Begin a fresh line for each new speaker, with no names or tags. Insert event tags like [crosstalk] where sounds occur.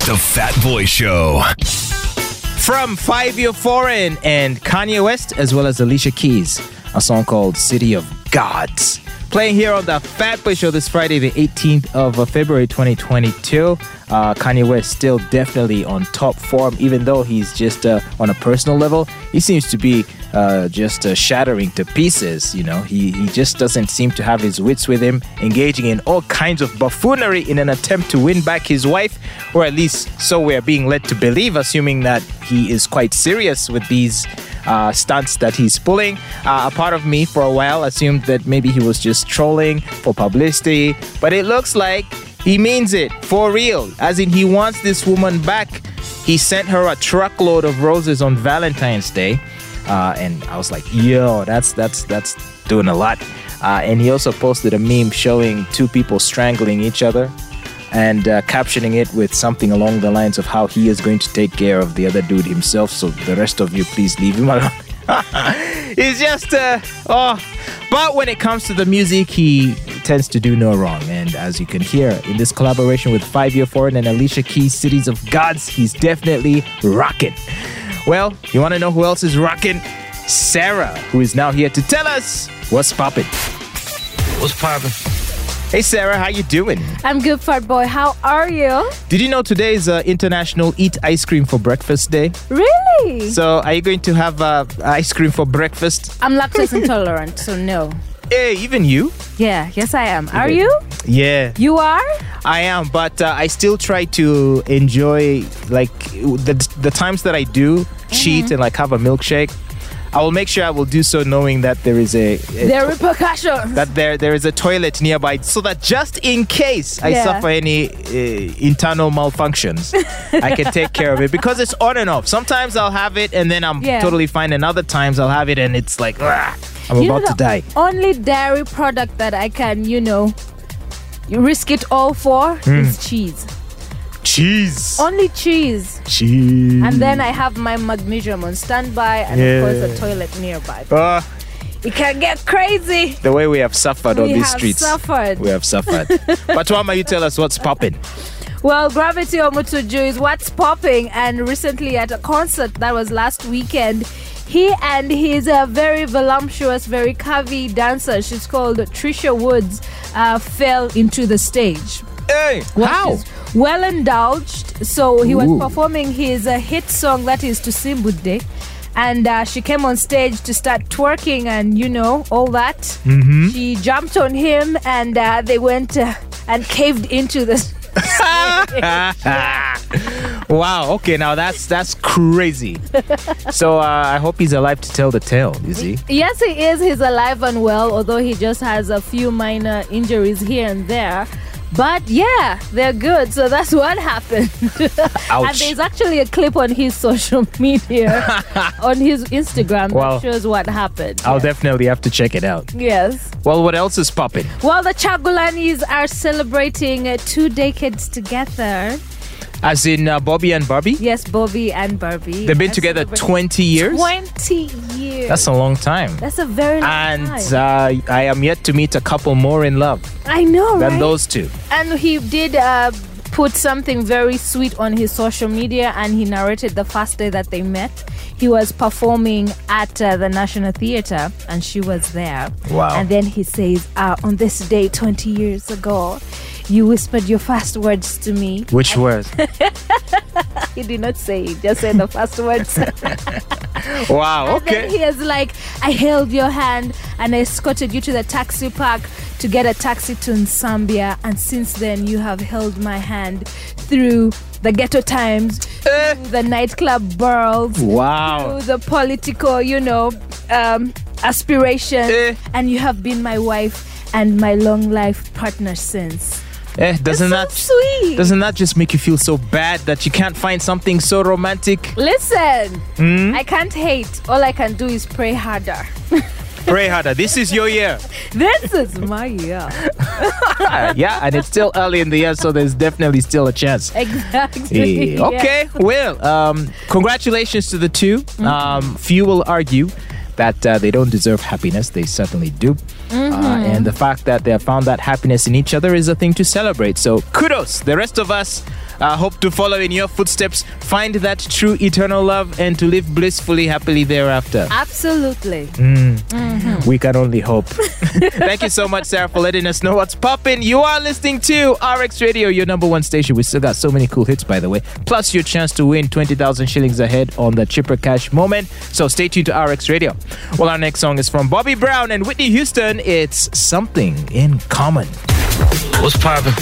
The Fat Boy Show.
From Five Year Foreign and Kanye West, as well as Alicia Keys, a song called City of Gods. Playing here on the Fat Boy Show this Friday, the 18th of uh, February 2022. Uh, Kanye West still definitely on top form, even though he's just uh, on a personal level. He seems to be uh, just uh, shattering to pieces. You know, he, he just doesn't seem to have his wits with him, engaging in all kinds of buffoonery in an attempt to win back his wife, or at least so we are being led to believe, assuming that he is quite serious with these uh, stunts that he's pulling. Uh, a part of me, for a while, assumed that maybe he was just trolling for publicity, but it looks like he means it for real, as in he wants this woman back. He sent her a truckload of roses on Valentine's Day, uh, and I was like, "Yo, that's that's that's doing a lot." Uh, and he also posted a meme showing two people strangling each other and uh, captioning it with something along the lines of how he is going to take care of the other dude himself. So the rest of you, please leave him [laughs] alone. He's just uh, oh, but when it comes to the music, he tends to do no wrong. And as you can hear in this collaboration with Five Year Foreign and Alicia Keys, Cities of Gods, he's definitely rocking. Well, you want to know who else is rocking? Sarah, who is now here to tell us what's poppin'.
What's poppin'?
Hey, Sarah, how you doing?
I'm good, fat boy. How are you?
Did you know today is uh, International Eat Ice Cream for Breakfast Day?
Really?
So, are you going to have uh, ice cream for breakfast?
I'm lactose intolerant, so no.
Hey, even you?
Yeah, yes I am. Are you?
Yeah,
You are?
I am, but uh, I still try to enjoy like the the times that I do cheat
Mm-hmm.
and like have a milkshake. I will make sure I will do so knowing that there is a, a
The repercussions.
that there there is a toilet nearby, so that just in case I
Yeah.
suffer any uh, internal
[laughs]
malfunctions, I can take care of it because it's on and off. Sometimes I'll have it and then I'm
Yeah.
totally fine, and other times I'll have it and it's like "Ah, I'm
You know
about to
the
die.
Only dairy product that I can, you know, you risk it all for
Hmm.
is cheese.
Cheese,
Only cheese.
cheese.
Oh. And then I have my magnesium on standby and
Hmm. Yeah.
of course the toilet nearby.
Ah,
It can get crazy.
the way we have suffered on
we
these
have
streets.
suffered.
We have
[laughs]
suffered. but Wama, you tell us what's popping.
Well, Gravity Omutuju is what's popping, and recently at a concert that was last weekend, he and his uh, very voluptuous, very curvy dancer, she's called Trisha Woods, uh, fell into the stage.
Hey, how?
She's Well indulged. So he
Ooh.
was performing his uh, hit song, that is Tusimbude. And uh, she came on stage to start twerking and, you know, all that.
Mm-hmm.
She jumped on him and uh, they went uh, and caved into the. [laughs]
[laughs] Wow. Okay, now that's that's crazy. so uh, I hope he's alive to tell the tale. You see.
Yes, he is. He's alive and well, although he just has a few minor injuries here and there. But yeah, they're good. So that's what happened. [laughs] and
Ouch.
there's actually a clip on his social [laughs]
[laughs]
media, on his Instagram,
Well,
that shows what happened.
I'll definitely have to check it out.
yes.
Well, what else is popping?
Well, the Chagulanis are celebrating uh, two decades together.
As in uh, Bobby and Barbie?
Yes, Bobby and Barbie.
They've been
are
together
celebrating
20 years?
20 years.
That's a long time.
That's a very long
And
time.
uh, I am yet to meet a couple more in love
I know,
than
right?
those two.
and he did uh, put something very sweet on his social media and he narrated the first day that they met he was performing at uh, the national theater and she was there
Wow.
and then he says uh, on this day 20 years ago you whispered your first words to me
Which word?
he did not say it just said the first words
[laughs] wow,
And then
okay.
he is like, I held your hand and I escorted you to the taxi park to get a taxi to Zambia. And since then, you have held my hand through the ghetto times,
Eh.
through the nightclub burls,
Wow.
through the political, you know, um, aspirations.
Eh.
And you have been my wife and my long life partner since.
Eh, doesn't
so
that
sweet.
doesn't that just make you feel so bad that you can't find something so romantic?
Listen,
Hmm?
I can't hate. All I can do is pray harder.
Pray harder. This is your year.
This is my year.
[laughs] Ah, yeah, and it's still early in the year, so there's definitely still a chance. [laughs]
Exactly.
Eh, Okay, well, um, congratulations to the 2 Um, few will argue that uh, they don't deserve happiness. They certainly do. Uh, and the fact that they have found that happiness in each other is a thing to celebrate. So kudos. The rest of us uh, hope to follow in your footsteps, find that true eternal love, and to live blissfully happily thereafter.
Absolutely.
Mm. We can only hope. [laughs] Thank you so much, Sarah, for letting us know what's poppin'. You are listening to RX Radio, your number one station. We still got so many cool hits, by the way. Plus, your chance to win 20,000 shillings ahead on the Chipper Cash moment. So stay tuned to RX Radio. Well, our next song is from Bobby Brown and Whitney Houston. It's Something in Common.
What's poppin'?